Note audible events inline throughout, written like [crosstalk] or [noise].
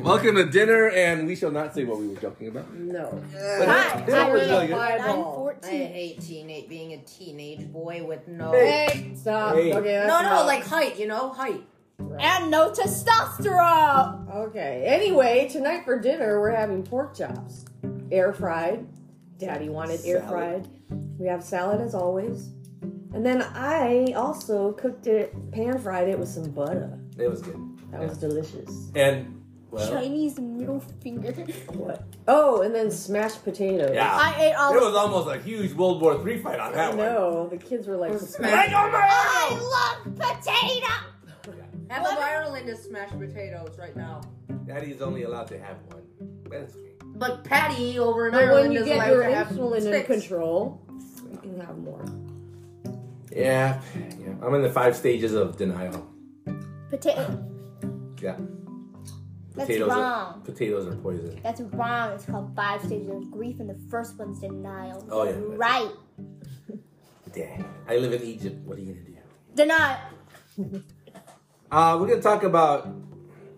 Welcome to dinner, and we shall not say what we were joking about. No. But Uh, Hi, they don't I really was tell a you. fireball. I'm 14. I hate teenage being a teenage boy with no. Hey. Stop. Hey. Okay, that's No, no, enough. like height, you know, height. Right. And no testosterone. Okay. Anyway, tonight for dinner we're having pork chops, air fried. Daddy wanted air Salad. fried. We have salad as always, and then I also cooked it, pan fried it with some butter. It was good. That was delicious. And well, Chinese middle finger. What? Oh, and then smashed potatoes. yeah, I ate all There of Ah. was almost a huge World War Three fight on that I one. know. The kids were like, Right on my elbow! I love potato. Half of Ireland is smashed potatoes right now. Daddy's only allowed to have one. That's okay. But Patty over in But when Ireland you is get like your half insulin in six. control, You can have more. Yeah, yeah. I'm in the five stages of denial. potato. Yeah, That's potatoes. Are, wrong. potatoes are poison. That's wrong. It's called five stages of grief, and the first one's denial. Oh, yeah. Right. Dang. I live in Egypt. What are you gonna do? Denial. Uh, we're gonna talk about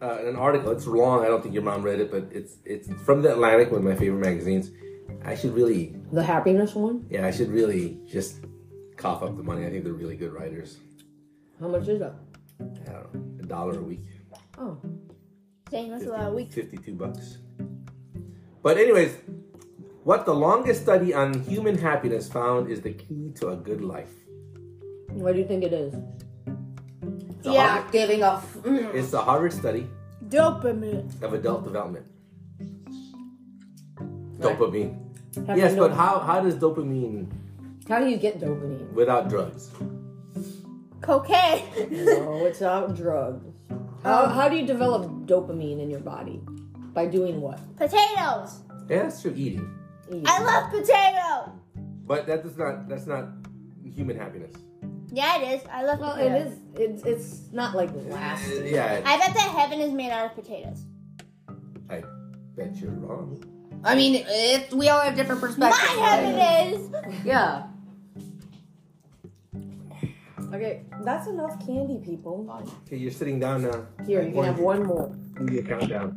uh, an article. It's long. I don't think your mom read it, but it's it's from the Atlantic, one of my favorite magazines. I should really, The happiness one? yeah, I should really just cough up the money. I think they're really good writers. How much is that? I don't know, a dollar a week, Oh. Dang, that's about a week. fifty-two bucks. But anyways, what the longest study on human happiness found is the key to a good life. What do you think it is? The Yeah. Harvard- giving mm. up. it's the Harvard study Dopamine. of adult development. Right. Dopamine. Yes, but how how does dopamine how do you get dopamine? without drugs? Cocaine. [laughs] oh, it's out drugs. How, how do you develop dopamine in your body? By doing what? Potatoes. Yeah, that's true eating, Eating. I love potato. but that does not that's not human happiness. Yeah, it is. I love Well, potatoes. it is. It's, it's not like lasting. Yeah, I bet that heaven is made out of potatoes. I bet you're wrong. I mean, it, we all have different My perspectives. heaven is. Yeah. Okay, that's enough candy, people. Okay, you're sitting down now. Here, you can have one more. Give me a countdown.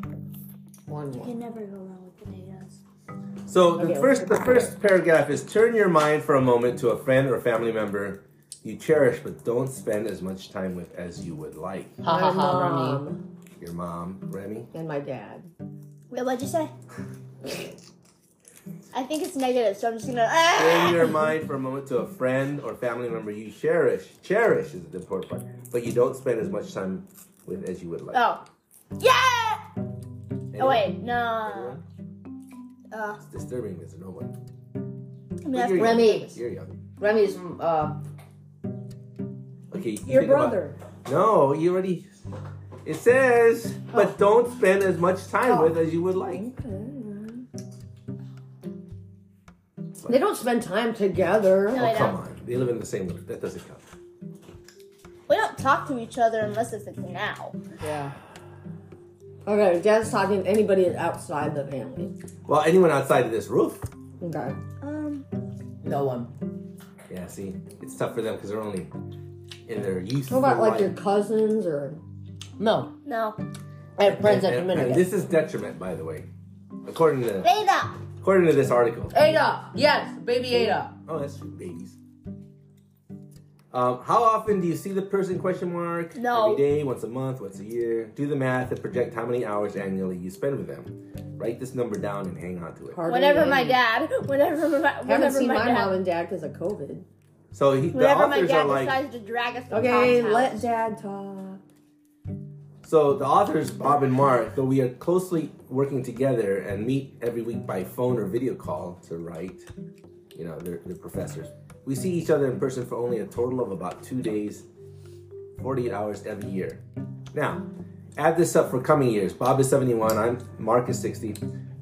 One more. never go wrong with potatoes. So the Okay, first okay. the first paragraph is turn your mind for a moment to a friend or family member you cherish but don't spend as much time with as you would like. My ha, ha, mom Your mom, Remy. and my dad. Wait, what'd you say? I think it's negative, so I'm just gonna. ah! Turn your mind for a moment to a friend or family member you cherish. Cherish is the important part, but you don't spend as much time with as you would like. Oh. Yeah! Anyone? Oh, wait, no. Anyone? Uh, It's disturbing. There's no one. I mean, that's You're young. Remy. You're young. Remy's uh, Okay. you your think about- brother. No, you already. It says, Oh. but don't spend as much time with as you would like. They don't spend time together. No, Oh, I come don't. on. They live in the same room. That doesn't count. We don't talk to each other unless it's now. Yeah. Okay, Dad's talking to anybody outside the family. Well, anyone outside of this roof. Okay. Um, No one. Yeah, see, it's tough for them because they're only in their youth. What about like your cousins or? No, no. I have friends at the and, and minute. this is detriment, by the way, according to Beta! according to this article. Ada, yes, baby Ada. Oh, that's true, babies. Um, how often do you see the person? Question mark. No. Every day, once a month, once a year. Do the math and project how many hours annually you spend with them. Write this number down and hang on to it. Hardly Whenever my any. dad, whenever my, Haven't whenever seen my my, mom dad, and dad because of COVID. So he, the whenever my authors are dad like, decides to drag us to Okay, Tom's let house. Dad talk. so the authors Bob and Mark, though we are closely working together and meet every week by phone or video call to write, you know, they're, they're professors. We see each other in person for only a total of about two days, 48 hours every year. Now, add this up for coming years. Bob is 71. I'm Mark is 60.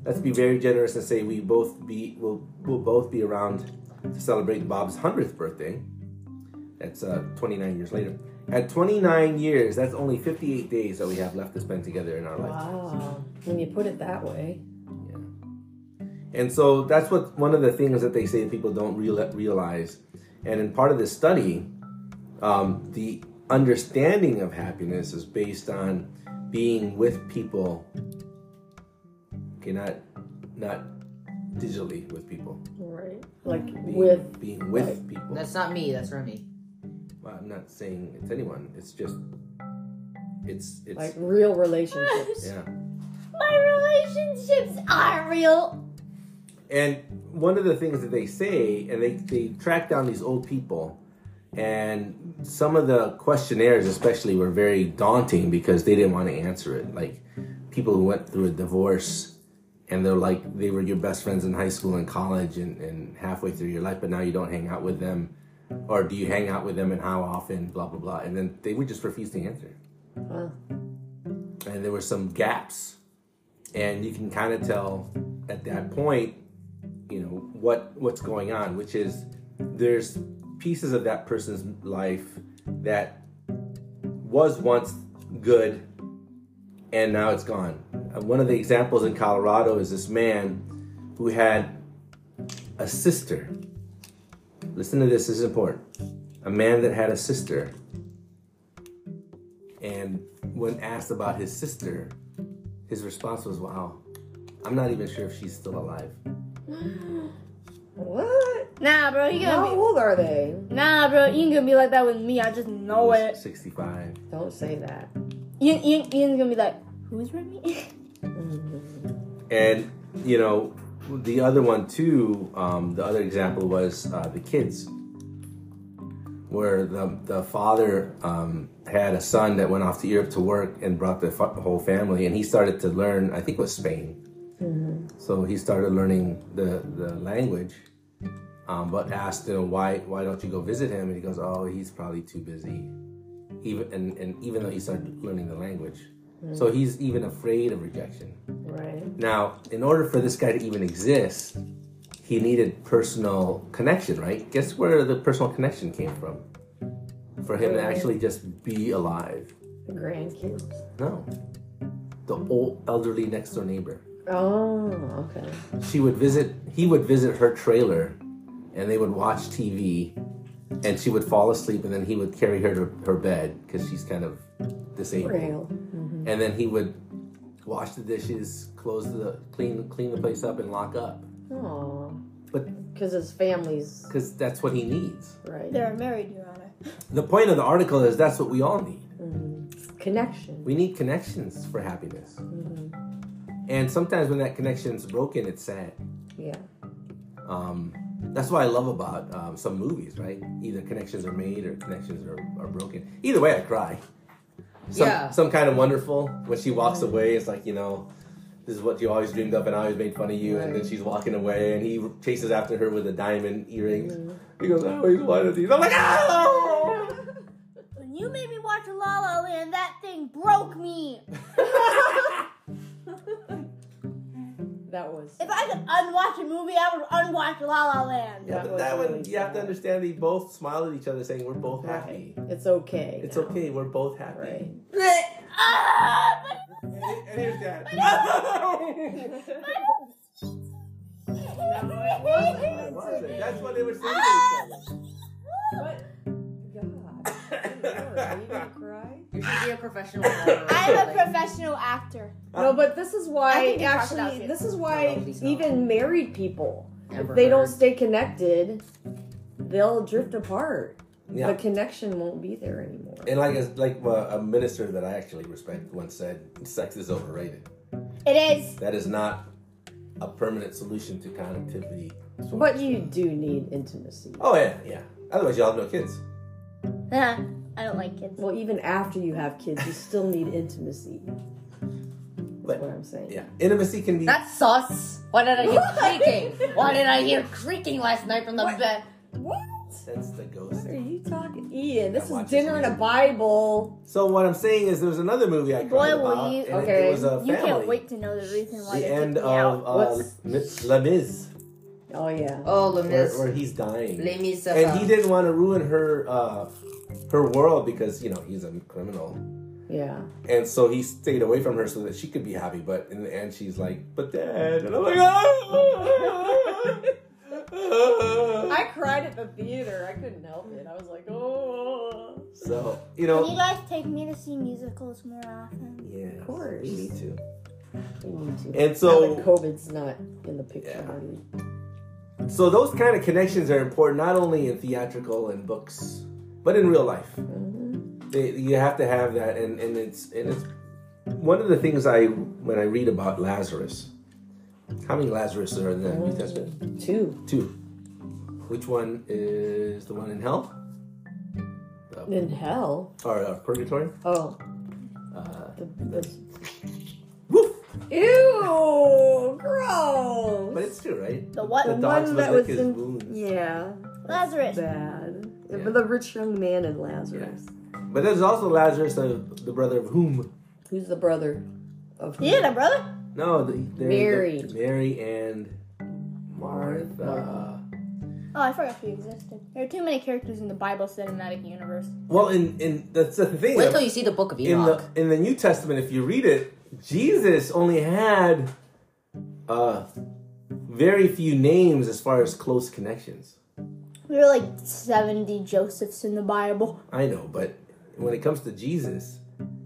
Let's be very generous and say we both be will will both be around to celebrate Bob's 100th birthday. That's uh, 29 years later. At 29 years, that's only 58 days that we have left to spend together in our life. Wow. When you put it that way. And so that's what one of the things that they say that people don't real- realize. And in part of this study, um, the understanding of happiness is based on being with people okay, not not digitally with people. Right. Like Being, with being with people. That's not me. That's Remy. well, I'm not saying it's anyone. It's just it's it's like real relationships. yeah. [laughs] My relationships are real. And one of the things that they say, and they, they track down these old people, and some of the questionnaires, especially, were very daunting because they didn't want to answer it. Like people who went through a divorce, and they're like, they were your best friends in high school and college, and, and halfway through your life, but now you don't hang out with them. Or do you hang out with them and how often? Blah blah blah, and then they would just refuse to answer Huh. and there were some gaps and you can kind of tell at that point you know what what's going on which is there's pieces of that person's life that was once good and now it's gone Uh, one of the examples in colorado is this man who had a sister listen to this, this is important a man that had a sister and when asked about his sister, his response was, "Wow, I'm not even sure if she's still alive." [laughs] What? Nah, bro, you How gonna old are they? be. Nah, bro, you ain't gonna be like that with me. I just know He was it. 65. Don't say that. Ian, Ian, Ian's gonna be like, who's Remy? And you know, the other one too. Um, the other example was uh, the kids, where the the father um, had a son that went off to Europe to work and brought the fa- whole family, and he started to learn. I think it was Spain. So he started learning the the language. Um, but asked him why why don't you go visit him, and he goes, oh, he's probably too busy. Even and, and even though he started learning the language, so he's even afraid of rejection. Right. Now, in order for this guy to even exist, he needed personal connection, right? Guess where the personal connection came from? For him to actually just be alive. The grandkids. No. The old elderly next door neighbor. Oh, okay. She would visit he would visit her trailer and they would watch TV and she would fall asleep and then he would carry her to her bed because she's kind of disabled. Real. And then he would wash the dishes, close the clean clean the place up and lock up. Aww. But Because his family's because that's what he needs. right. [laughs] They're married, Your Honor. The point of the article is that's what we all need. Mm-hmm. Connection. Mm-hmm. We need connections for happiness. And sometimes when that connection's broken, it's sad. Yeah. [laughs] Um, that's what I love about um, some movies, right? Either connections are made or connections are, are broken. Either way, I cry. Some, Yeah. some kind of wonderful when she walks away. It's like you know, this is what you always dreamed of, and I always made fun of you. And then Right. she's walking away, and he chases after her with the diamond earrings. He goes, "I always wanted these." I'm like, "Ah!" [laughs] When you made me watch La La Land, that thing broke me. That was. If I could unwatch a movie, I would unwatch La La [laughs] Land. Yeah, That but was that one, really you have to sad. understand they both smile at each other saying, We're both Right. happy. It's okay. It's now. okay, we're both happy. [laughs] Right. [laughs] Ah, my- And, and here's [laughs] that. That was it. That's what they were saying to What? God. [laughs] Lord, are you gonna cry? You should be a [laughs] professional. actor. I'm a professional actor. No, Um, but this is I why think your crocodile's actually good. this is No, why no, please no. even married people Amber if they don't Heard. stay connected, they'll drift apart. each The other. Yeah. connection won't be there anymore. And like, a, like uh, a minister that I actually respect once said, sex is overrated. It is. That is not a permanent solution to connectivity. But you do need intimacy. Oh, yeah, yeah. Otherwise, y'all have no kids. Nah, [laughs] I don't like kids. Well, even after you have kids, you still need intimacy. That's But- what I'm saying. Yeah. Intimacy can be. That's sus. Why did I [laughs] hear creaking? Why did I hear creaking last night from the bed? What? That's the ghost. What are you talking, Ian? This watch is this dinner and a movie. Bible. So, what I'm saying is, there's another movie I cried Boy, will about, you- and it- okay. it was a family. You can't wait to know the reason why the they end kicked me of out. uh, What's- Mi- La Mis, Oh yeah. Oh, where, Lemis. where he's dying, Lemis. and he didn't want to ruin her uh, her world because you know he's a criminal, Yeah. and so he stayed away from her so that she could be happy. But in the end, she's like, "But Dad," and I'm [laughs] like, [laughs] "Ah." I cried at the theater. I couldn't help it. I was like, oh. so you Can you know, guys take me to see musicals more often? yeah, course. me too. And so- Now that COVID's not in the picture. Yeah. hardly. So those kind of connections are important not only in theatrical and books, but in real life. Mm-hmm. They, you have to have that, and, and it's and it's one of the things I when I read about Lazarus. How many Lazarus are in the Mm-hmm. New Testament? Two. Two. Which one is the one in hell In hell. or uh, purgatory? Oh. Uh, The, the, woof. ew! Gross! But it's two, right? The what? The, one dogs that that was lick his in- wounds. Yeah, Lazarus. bad. Yeah. But the rich young man in Lazarus. But there's also Lazarus, of the brother of whom? Who's the brother of You did it, brother. No, the, they're- Mary. they're- Mary and Martha. Martha. Oh, I forgot she existed. There are too many characters in the Bible cinematic universe. Well, in in that's the thing. Wait till you see the Book of in Enoch. the in the New Testament, if you read it, Jesus only had uh very few names as far as close connections. There are like 70 Josephs in the Bible. I know, but when it comes to Jesus,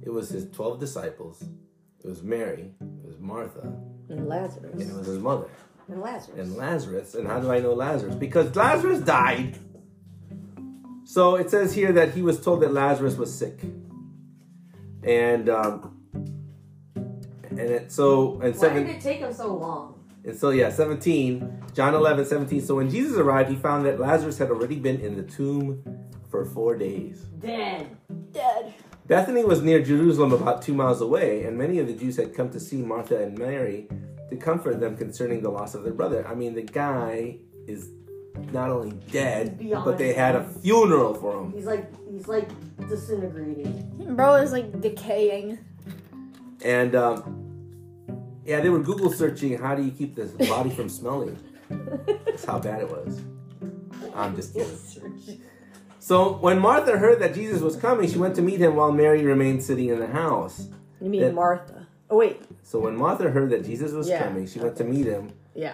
it was his twelve disciples, it was Mary, it was Martha, and Lazarus? and it was his mother. And Lazarus. and Lazarus. And how do I know Lazarus? Because Lazarus died. So it says here that he was told that Lazarus was sick. And um, and it, so and seven it take him so long? and so yeah, 17, John 11, 17. So when Jesus arrived, he found that Lazarus had already been in the tomb for four days. Dead. Dead. Bethany was near Jerusalem, about two miles away, and many of the Jews had come to see Martha and Mary to comfort them concerning the loss of their brother. I mean, the guy is not only dead, Beyond. but they had a funeral for him. He's like he's like disintegrating. [laughs] Bro is like decaying. And um, yeah, they were Google searching how do you keep this body from smelling? That's how bad it was. I'm just kidding. So when Martha heard that Jesus was coming, she went to meet him while Mary remained sitting in the house. You mean Dead. Martha? Oh wait, So when Martha heard that Jesus was Yeah. coming, she went to meet him yeah,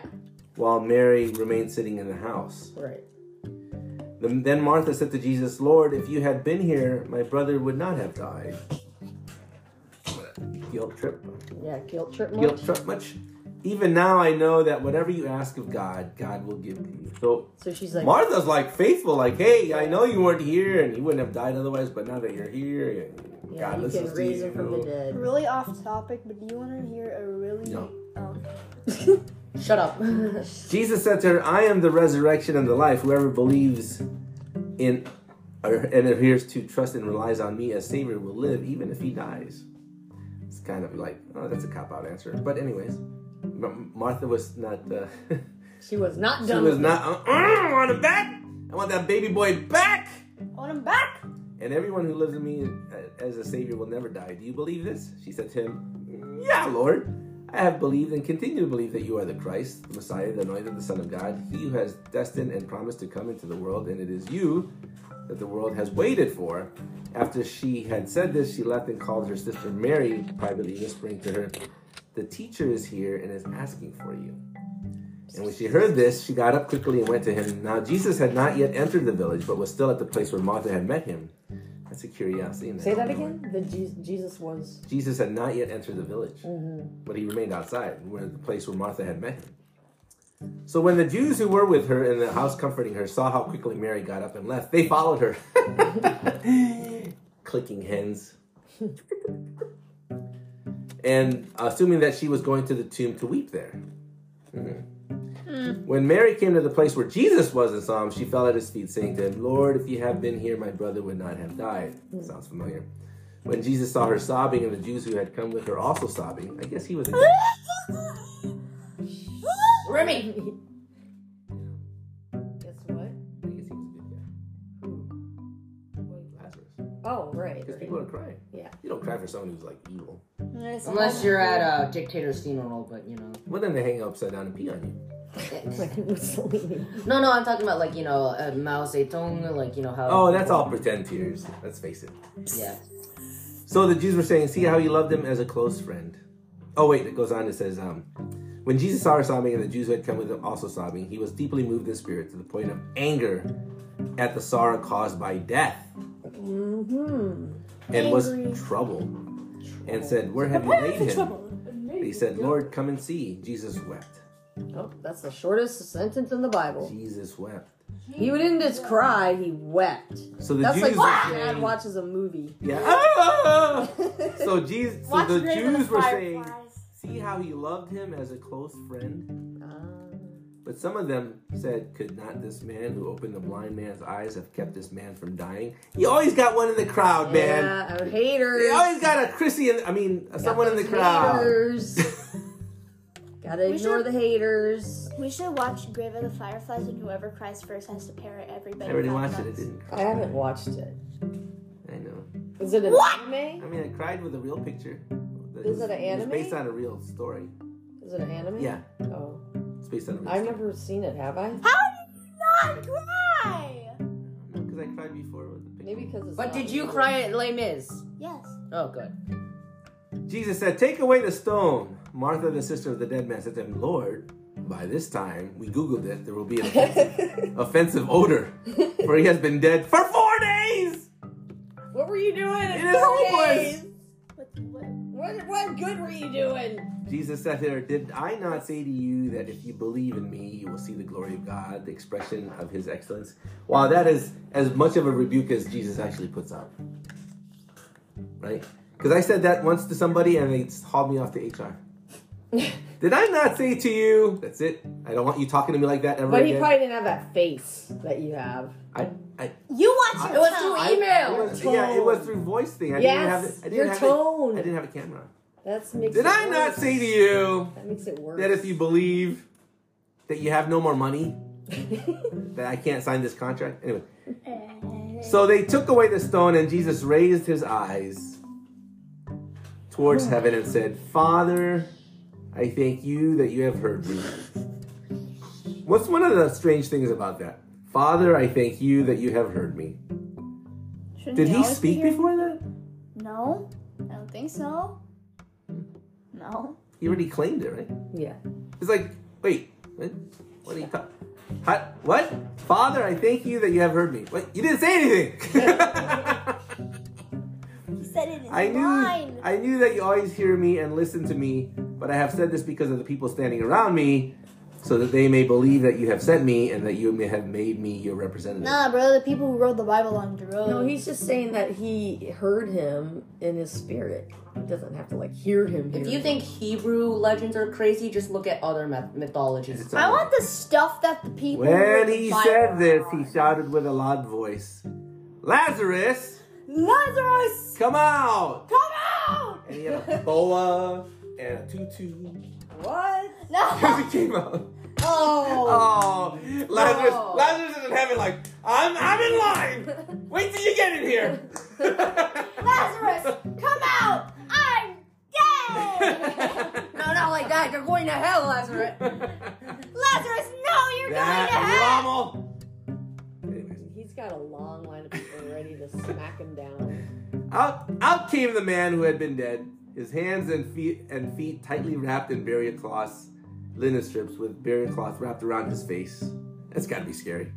while Mary remained sitting in the house. right. Then then Martha said to Jesus, Lord, if you had been here, my brother would not have died. Guilt trip. Yeah, guilt trip. Guilt Guilt. trip much. Even now I know that whatever you ask of God, God will give to you. So So she's like, Martha's like faithful, like, hey, I know you weren't here and you wouldn't have died otherwise, but now that you're here, yeah, God you listens can raise to you. him from the dead. Really off topic, but do you want to hear a really. No. Um, Shut up. Jesus said to her, I am the resurrection and the life. Whoever believes in or, and adheres to, trust, and relies on me as Savior will live even if he dies. It's kind of like, oh, that's a cop out answer. But, anyways, M- Martha was not, uh, [laughs] [laughs] She was not she done. was with not, uh, I want him back. I want that baby boy back. I want him Oh, back! And everyone who lives in me uh, as a Savior will never die. Do you believe this? She said to him, Yeah, Lord. I have believed and continue to believe that you are the Christ, the Messiah, the Anointed, the Son of God, he who has destined and promised to come into the world, and it is you that the world has waited for. After she had said this, she left and called her sister Mary, privately whispering to her, The teacher is here and is asking for you. And when she heard this, she got up quickly and went to him. Now, Jesus had not yet entered the village, but was still at the place where Martha had met him. That's a curiosity. and Say that's that annoying. again. The Je- Jesus was. Jesus had not yet entered the village, but he remained outside, where the place where Martha had met him. So when the Jews who were with her in the house comforting her saw how quickly Mary got up and left, they followed her. [laughs] Clicking hens. [laughs] and assuming that she was going to the tomb to weep there. Mhm. When Mary came to the place where Jesus was and saw him, she fell at his feet, saying to him, Lord, if you had been here, my brother would not have died. Sounds familiar. When Jesus saw her sobbing and the Jews who had come with her also sobbing, I guess he was a Jew. Remy. Guess what? I guess he was a good guy. Lazarus. Oh right. Because people are crying. Yeah. You don't cry for someone who's like evil. Unless you're at a dictator's funeral, but you know. Well, then they hang you upside down and pee on you. Like [laughs] Mussolini. No, no, I'm talking about like you know uh, Mao Zedong, like you know how. Oh, that's all pretend tears. Let's face it. Yeah. So the Jews were saying, "See how he loved him as a close friend." Oh wait, it goes on. It says, um, "When Jesus saw her sobbing and the Jews who had come with him also sobbing, he was deeply moved in spirit to the point of anger at the sorrow caused by death, Mm-hmm. and was Angry. troubled, and said, "Where have you laid him?" trouble. They He said, Lord, come and see. Jesus wept. Oh, that's the shortest sentence in the Bible. Jesus wept. He didn't just cry, he wept. So the That's Jews like were when your dad saying, watches a movie. Yeah. Ah! [laughs] So Jesus, so Watch the Raven and Jews were saying, Fireflies. see how he loved him as a close friend. Um, But some of them said, could not this man who opened the blind man's eyes have kept this man from dying? You always got one in the crowd, man. yeah, our haters. You always got a Chrissy in, I mean, someone in the those crowd. [laughs] Haters. Gotta We ignore should- the haters. We should watch Grave of the Fireflies, and whoever cries first has to pay everybody. I already five watched it. I bucks. didn't. cry. I haven't watched it. I know. Is it an What? I anime? mean, I cried with a real picture. that Is it an was anime? based on a real story. Is it an anime? Yeah, Oh, it's based on a real I've never seen it. Have I? How did you not cry? Because I cried before with the picture. Maybe because it's. But not did you English. cry at Les Mis? Yes. Oh, good. Jesus said, Take away the stone. Martha, the sister of the dead man, said to him, Lord, by this time, we Googled it, there will be an [laughs] offensive, offensive odor, for he has been dead for four days! what were you doing? It in is four hopeless. days? What, what? What, what good were [laughs] you doing? Jesus said to her, Did I not say to you that if you believe in me, you will see the glory of God, the expression of his excellence? Wow, that is as much of a rebuke as Jesus actually puts up. Right? Because I said that once to somebody and they hauled me off to HR. Did I not say to you? That's it. I don't want you talking to me like that ever But he again. probably didn't have that face that you have. I, I, You watch I- it. It was through I- email. it was- yeah, it was through voice thing. I didn't have it. yes, I didn't your have It, tone. I didn't have a camera. That's makes. Did it I not worse. say to you That makes it worse. that if you believe that you have no more money, that I can't sign this contract. Anyway, Eh, so they took away the stone, and Jesus raised his eyes towards heaven and said, Father, I thank you that you have heard me. What's one of the strange things about that? Father, I thank you that you have heard me. Shouldn't Did they he always be speak here? before that? No, I don't think so. No. He already claimed it, right? [laughs] yeah. It's like, wait, what? What are you talking? Huh? What? Father, I thank you that you have heard me. What? You didn't say anything. [laughs] He said it in I knew, line. I knew that you always hear me and listen to me, but I have said this because of the people standing around me, so that they may believe that you have sent me and that you may have made me your representative. Nah, bro, the people who wrote the Bible on drugs. No, he's just saying that he heard him in his spirit. He doesn't have to like hear him. Hear If you him. think Hebrew legends are crazy, just look at other myth- mythologies. It's I all- want the stuff that the people. wrote When the he Bible said this, on. he shouted with a loud voice, "Lazarus, Lazarus, come out!" come out! And he [laughs] had a boa and a tutu. [laughs] what? No. Because he came out. Oh, Oh, Lazarus, No. Lazarus is in heaven. Like I'm, I'm in line. Wait till you get in here. [laughs] Lazarus, come out! I'm [laughs] dead! [laughs] No, not like that. You're going to hell, Lazarus. [laughs] Lazarus, no, you're going to that hell! Rommel. Anyways, he's got a long line of people ready to smack him down. out, out came the man who had been dead, his hands and feet and feet tightly wrapped in burial cloths, linen strips with burial cloth wrapped around his face. That's got to be scary.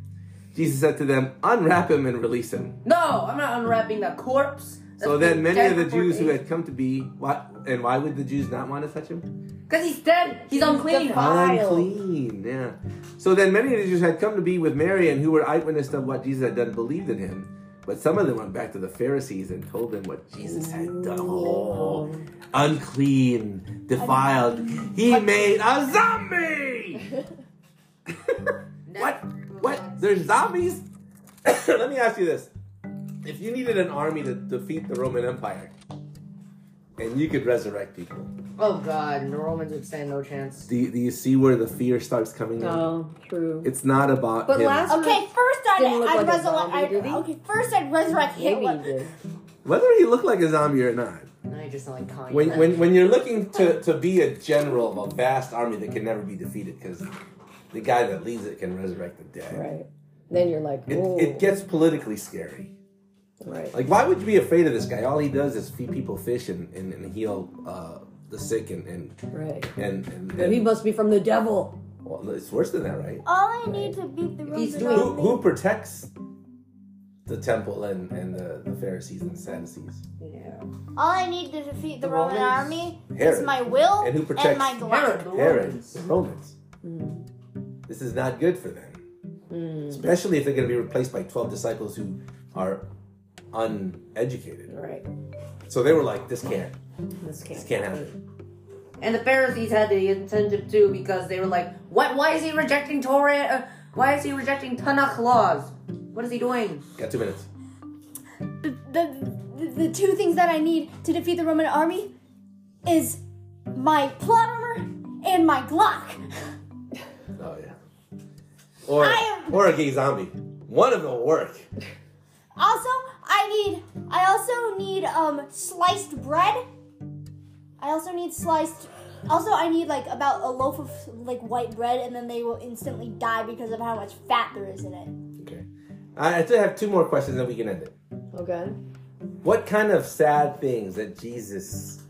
Jesus said to them, "Unwrap him and release him." No, I'm not unwrapping that corpse. So then many of the Jews who had come to be what and why would the Jews not want to touch him? Because he's dead. He's unclean. Vile. Unclean, yeah. So then many of the Jews who had come to be with Mary and who were eyewitness of what Jesus had done believed in him. But some of them went back to the Pharisees and told them what Jesus had done. [laughs] Oh, unclean, defiled. He made a zombie. what? What? There's zombies? [coughs] Let me ask you this. If you needed an army to defeat the Roman Empire and you could resurrect people, Oh God, the Romans would stand no chance. do you, do you see where the fear starts coming in? Oh, true. It's not about But him. last Um, Okay, first I'd, Didn't look I'd like a resurrect. zombie, did I'd, he? okay, first I'd resurrect maybe he Hitler. did. whether he looked like a zombie or not. No, you just don't like calling. When, them. when, when you're looking to, to be a general of a vast army that can never be defeated because the guy that leads it can resurrect the dead. Right. Then you're like, It, whoa. it gets politically scary. right. Like, why would you be afraid of this guy? All he does is feed people fish and, and, and heal uh, the sick and and right. and, and, But he and must be from the devil. well, it's worse than that, right? All I need to beat the Romans. He's is doing- Who, all me. who protects the temple and, and the, the Pharisees and Sadducees. Yeah. All I need to defeat the, The Roman Romans? army is Herod. my will And and, who protects my Herod, glut. the Herod, Romans. Romans. Mm. This is not good for them. Mm. Especially if they're going to be replaced by 12 disciples who are uneducated. Right. So they were like, this can't. This can't, This can't happen. And the Pharisees had the incentive too because they were like, "What? Why is he rejecting Torah? Uh, why is he rejecting Tanakh laws? What is he doing?" Got two minutes. The, the, the, the two things that I need to defeat the Roman army is my plot armor and my Glock. Oh, yeah. Or, I am- or a gay zombie. One of them will work. Also, I need. I also need um sliced bread. I also need sliced. Also, I need like about a loaf of like white bread, and then they will instantly die because of how much fat there is in it. Okay. I I still have two more questions, then we can end it. Okay. What kind of sad things that Jesus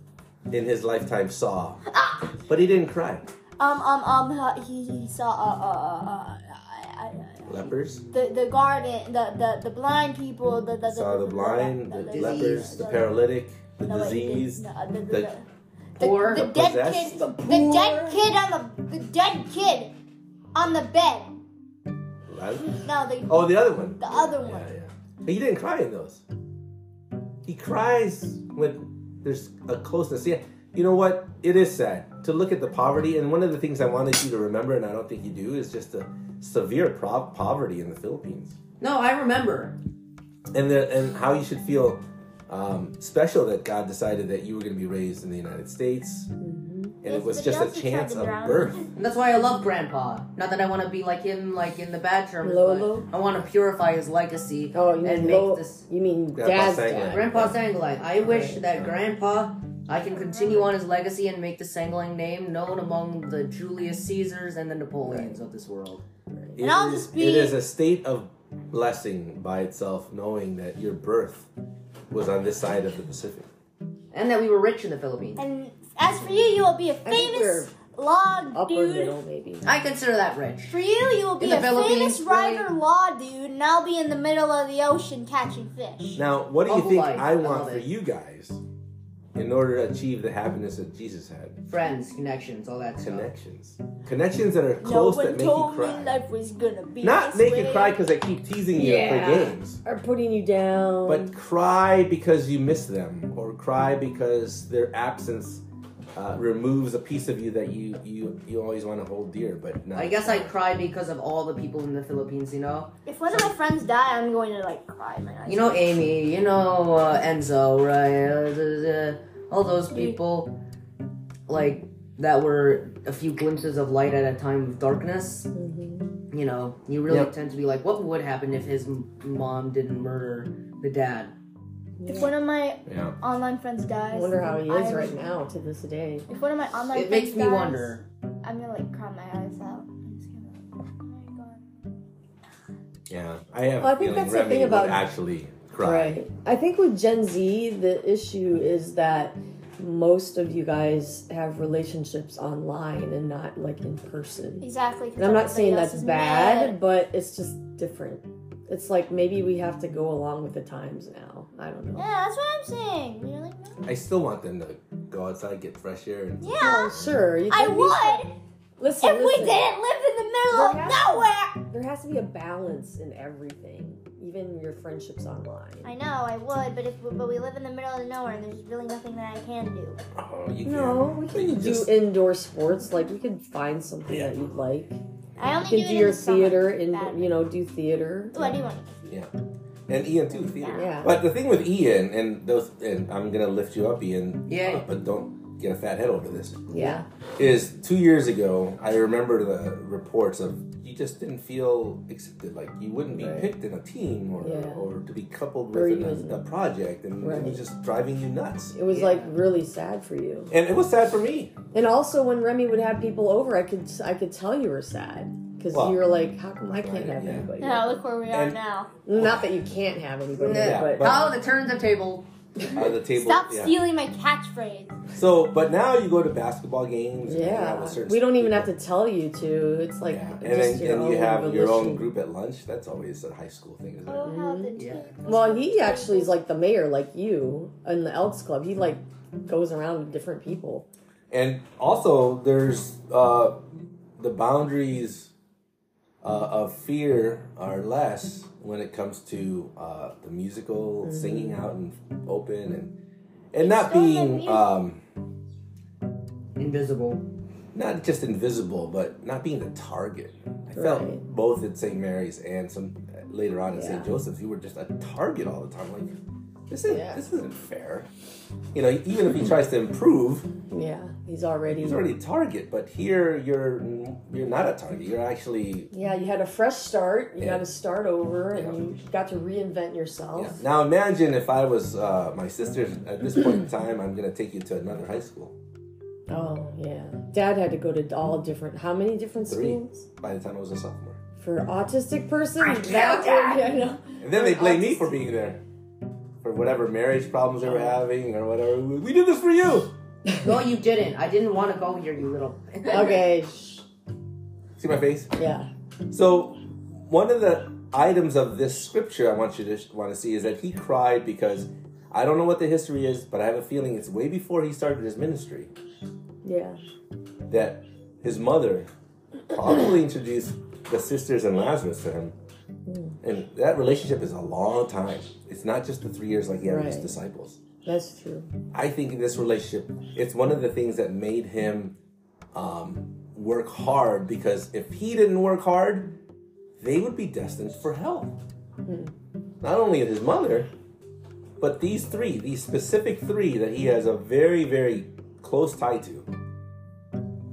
in his lifetime saw, but he didn't cry? Um, um, um. He, he saw uh uh uh. uh I, I, Lepers, the the garden, the the the blind people, the the, saw the blind, the lepers, the paralytic, the no, wait, disease, no, uh, the, the, the- the- poor, the, the dead possessed. kid, the, dead kid on the the dead kid on the bed. Lazarus? No, the Oh, the other one. The other one. Yeah, yeah. But He didn't cry in those. He cries when there's a closeness. Yeah, you know what? It is sad to look at the poverty. And one of the things I wanted you to remember, and I don't think you do, is just the severe pro- poverty in the Philippines. No, I remember. and the, and how you should feel um, special that God decided that you were going to be raised in the United States, Mm-hmm. and Yes, it was but just they a also chance tried to of drown birth. And that's why I love Grandpa. Not that I want to be like him, like in the bad terms. Lolo? but I want to purify his legacy Oh, Um, you and mean make low, this You mean Grandpa dad's Sangler. dad? Grandpa Sangline. I wish that Right. Grandpa, I can continue on his legacy and make the Sangling name known among the Julius Caesars and the Napoleons of this world. It I'll is- just be- it is a state of blessing by itself, knowing that your birth was on this side of the Pacific. And that we were rich in the Philippines. And as for you, you will be a think famous law Upper middle, dude. maybe. I consider that rich. For you, you will be the a Philippines, famous really? writer law dude, and I'll be in the middle of the ocean catching fish. Now, what do you Humble think life. I I want love for it. you guys in order to achieve the happiness that Jesus had? Friends, connections, all that stuff. Connections, connections that are No close one that make you told me cry. life was gonna be Not this make way. you cry because I keep teasing you Yeah. for games. Are putting you down. But cry because you miss them, or cry because their absence uh, removes a piece of you that you you, you always want to hold dear. But not I guess I cry because of all the people in the Philippines, you know? If one of my friends die, I'm going to like cry my eyes. You know Amy, you know uh, Enzo, right? Uh, uh, uh, all those people, like, that were a few glimpses of light at a time of darkness. Mhm. You know, you really Yep. tend to be like, what would happen if his m- mom didn't murder the dad? if one of my Yeah. online friends I dies, wonder how he is I'm- right now to this day. If one of my online it friends makes me dies, wonder. I'm gonna like cry my eyes out. I'm just gonna, like, oh my god. Yeah. I have. Well, I think that's the thing about actually cry. Right. I think with Gen Z, the issue is that most of you guys have relationships online and not like in person. Exactly. 'cause And I'm not everybody saying else that's is bad, mad. but it's just different. It's like maybe we have to go along with the times now. I don't know. Yeah, that's what I'm saying. We're like, no. I still want them to go outside, get fresh air, and Yeah, Well, sure. You I can be- would Listen, if we listen. didn't live in the middle of There has- nowhere. There has to be a balance in everything, even your friendships online. I know I would, but if but we live in the middle of nowhere and there's really nothing that I can do. oh, you can. No, we But can you do just- indoor sports. Like we can find something Yeah. that you'd like. I only You do can it do in your the summer. theater and Bad. you know do theater. Oh, I do want to. And Ian too, theater. Yeah. But the thing with Ian and those, and I'm gonna lift you up, Ian. Yeah. uh, but don't get a fat head over this. Yeah. is two years ago i remember the reports of you just didn't feel accepted like you wouldn't be Right. picked in a team or, Yeah. or to be coupled Or with in even- a, a project and it Right. was just driving you nuts It was Yeah. like really sad for you. and it was sad for me And also when Remy would have people over, I could I could tell you were sad because Well, you were like, how come I can't right, have yeah. anybody? Yeah, look where we are And- now. Not that you can't have anybody, Yeah, but, but- oh, the turns of table. on Uh, the table. Stop yeah. stealing my catchphrase. So, but now you go to basketball games. and hang out Yeah, with certain we don't even have people. to tell you to. It's like yeah. and then just your and you own have your own volition. group at lunch. That's always a high school thing, isn't it? Oh, how the Yeah. tables- Well, he actually is like the mayor, like you, in the Elks Club. He like goes around to different people. And also, there's uh, the boundaries uh, of fear are less when it comes to uh, the musical, singing Mm-hmm. out and open, and and not still the being music- um, Invisible. not just invisible, but not being the target. I Right. felt both at St. Mary's and some uh, later on at St. Yeah. Joseph's, you were just a target all the time. Like this isn't Yeah. this isn't fair. You know, even if he tries to improve, Yeah, he's already. He's already a target, but here you're you're not a target. You're actually Yeah, you had a fresh start. You Yeah. got to start over, Yeah. and you got to reinvent yourself. yeah. now. Imagine if I was uh, my sister at this point in time. I'm gonna take you to another high school. Oh yeah, Dad had to go to all different. How many different Three. schools By the time I was a sophomore, for autistic person? That would- yeah, I know. and then they blame me for being there, for whatever marriage problems they were Oh. having or whatever. We we did this for you. No, you didn't. I didn't want to go here, you little. [laughs] Okay. Shh. See my face. Yeah. So one of the items of this scripture I want you to want to see is that he cried because I don't know what the history is, but I have a feeling it's way before he started his ministry. Yeah. that his mother probably introduced the sisters and Lazarus to him. And that relationship is a long time. It's not just the three years like he had with his Right. disciples. That's true. I think in this relationship, it's one of the things that made him um, work hard because if he didn't work hard, they would be destined for hell. Not only his mother, but these three, these specific three that he has a very, very close tie to.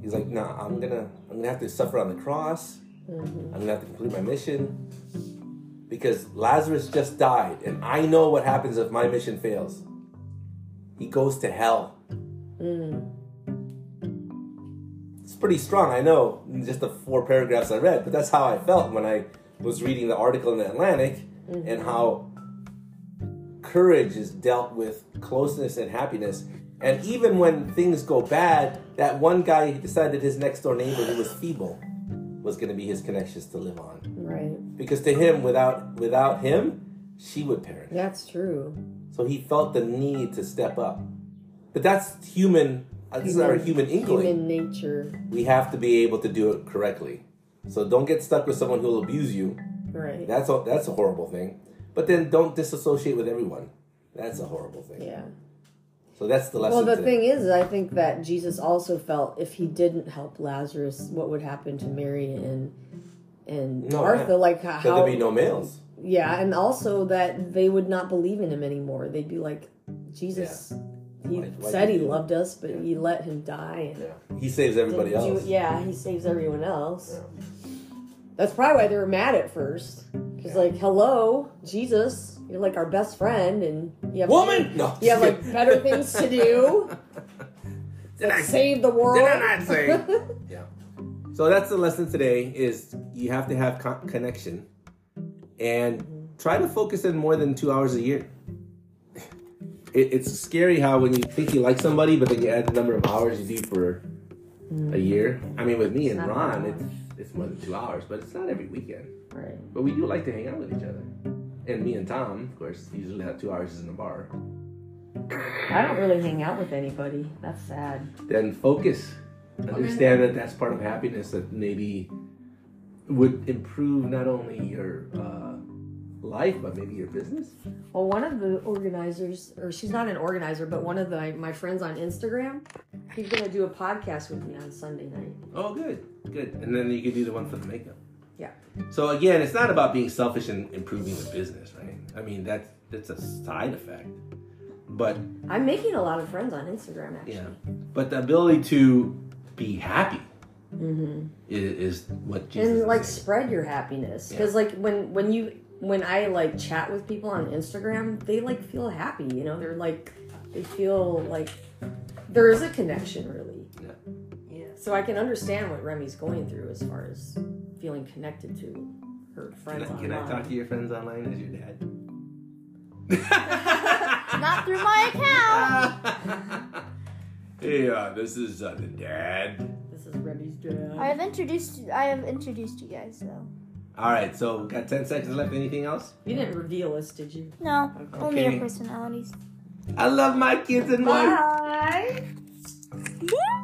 He's like, nah, I'm gonna, I'm gonna have to suffer on the cross. I'm gonna have to complete my mission because Lazarus just died, and I know what happens if my mission fails. He goes to hell. It's pretty strong, I know, in just the four paragraphs I read, but that's how I felt when I was reading the article in the Atlantic and how courage is dealt with closeness and happiness. And even when things go bad, that one guy he decided his next door neighbor who was feeble was going to be his connections to live on. Right. Because to him, without without him, she would perish. That's true. So he felt the need to step up. But that's human. uh, This is our human inkling. Human nature. We have to be able to do it correctly. So don't get stuck with someone who'll abuse you. Right. That's a, that's a horrible thing. But then don't disassociate with everyone. That's a horrible thing. yeah. So that's the lesson. Well, the today. thing is, I think that Jesus also felt if he didn't help Lazarus, what would happen to Mary and and No, Martha? yeah. Like how? that there'd be no males. yeah, and also that they would not believe in him anymore. They'd be like, Jesus, he Why- why said did he you do loved us, but Yeah. he let him die. And Yeah. He saves everybody didn't do- else. yeah, he saves everyone else. Yeah. That's probably why they were mad at first. Because, like, hello, Jesus, you're like our best friend, and you have Woman! No. you [laughs] have like better things to do. Did I- Like, save the world. Did I not [laughs] say? yeah. So that's the lesson today: is you have to have co- connection, and try to focus in more than two hours a year. It, it's scary how when you think you like somebody, but then you add the number of hours you do for a year. I mean, with me and Mm. not Ron, that it's it's more than two hours, but it's not every weekend. Right. But we do like to hang out with each other. And me and Tom, of course, usually have two hours in the bar. I don't really hang out with anybody. That's sad. then focus. Understand that that's part of happiness that maybe would improve not only your uh, life but maybe your business. Well, one of the organizers, or she's not an organizer, but one of the, my friends on Instagram, he's going to do a podcast with me on Sunday night. Oh, good, good. And then you could do the one for the makeup. Yeah. So again, it's not about being selfish and improving the business, right? I mean, that's that's a side effect, but I'm making a lot of friends on Instagram, actually. yeah, but the ability to be happy Mm-hmm. i is, what Jesus and like is saying. spread your happiness because like when when you when i like chat with people on instagram they like feel happy you know they're like they feel like there is a connection really Yeah. yeah so i can understand what remy's going through as far as feeling connected to her Can I, friends can I online. talk to your friends online as your dad? Not through my [laughs] Yeah, this is uh, the dad. This is Remy's I dad. have introduced. I have introduced you guys, so All right, so we got ten seconds left. Anything else? You didn't reveal us, did you? no, Okay. only Okay. your personalities. I love my kids and wife. Bye.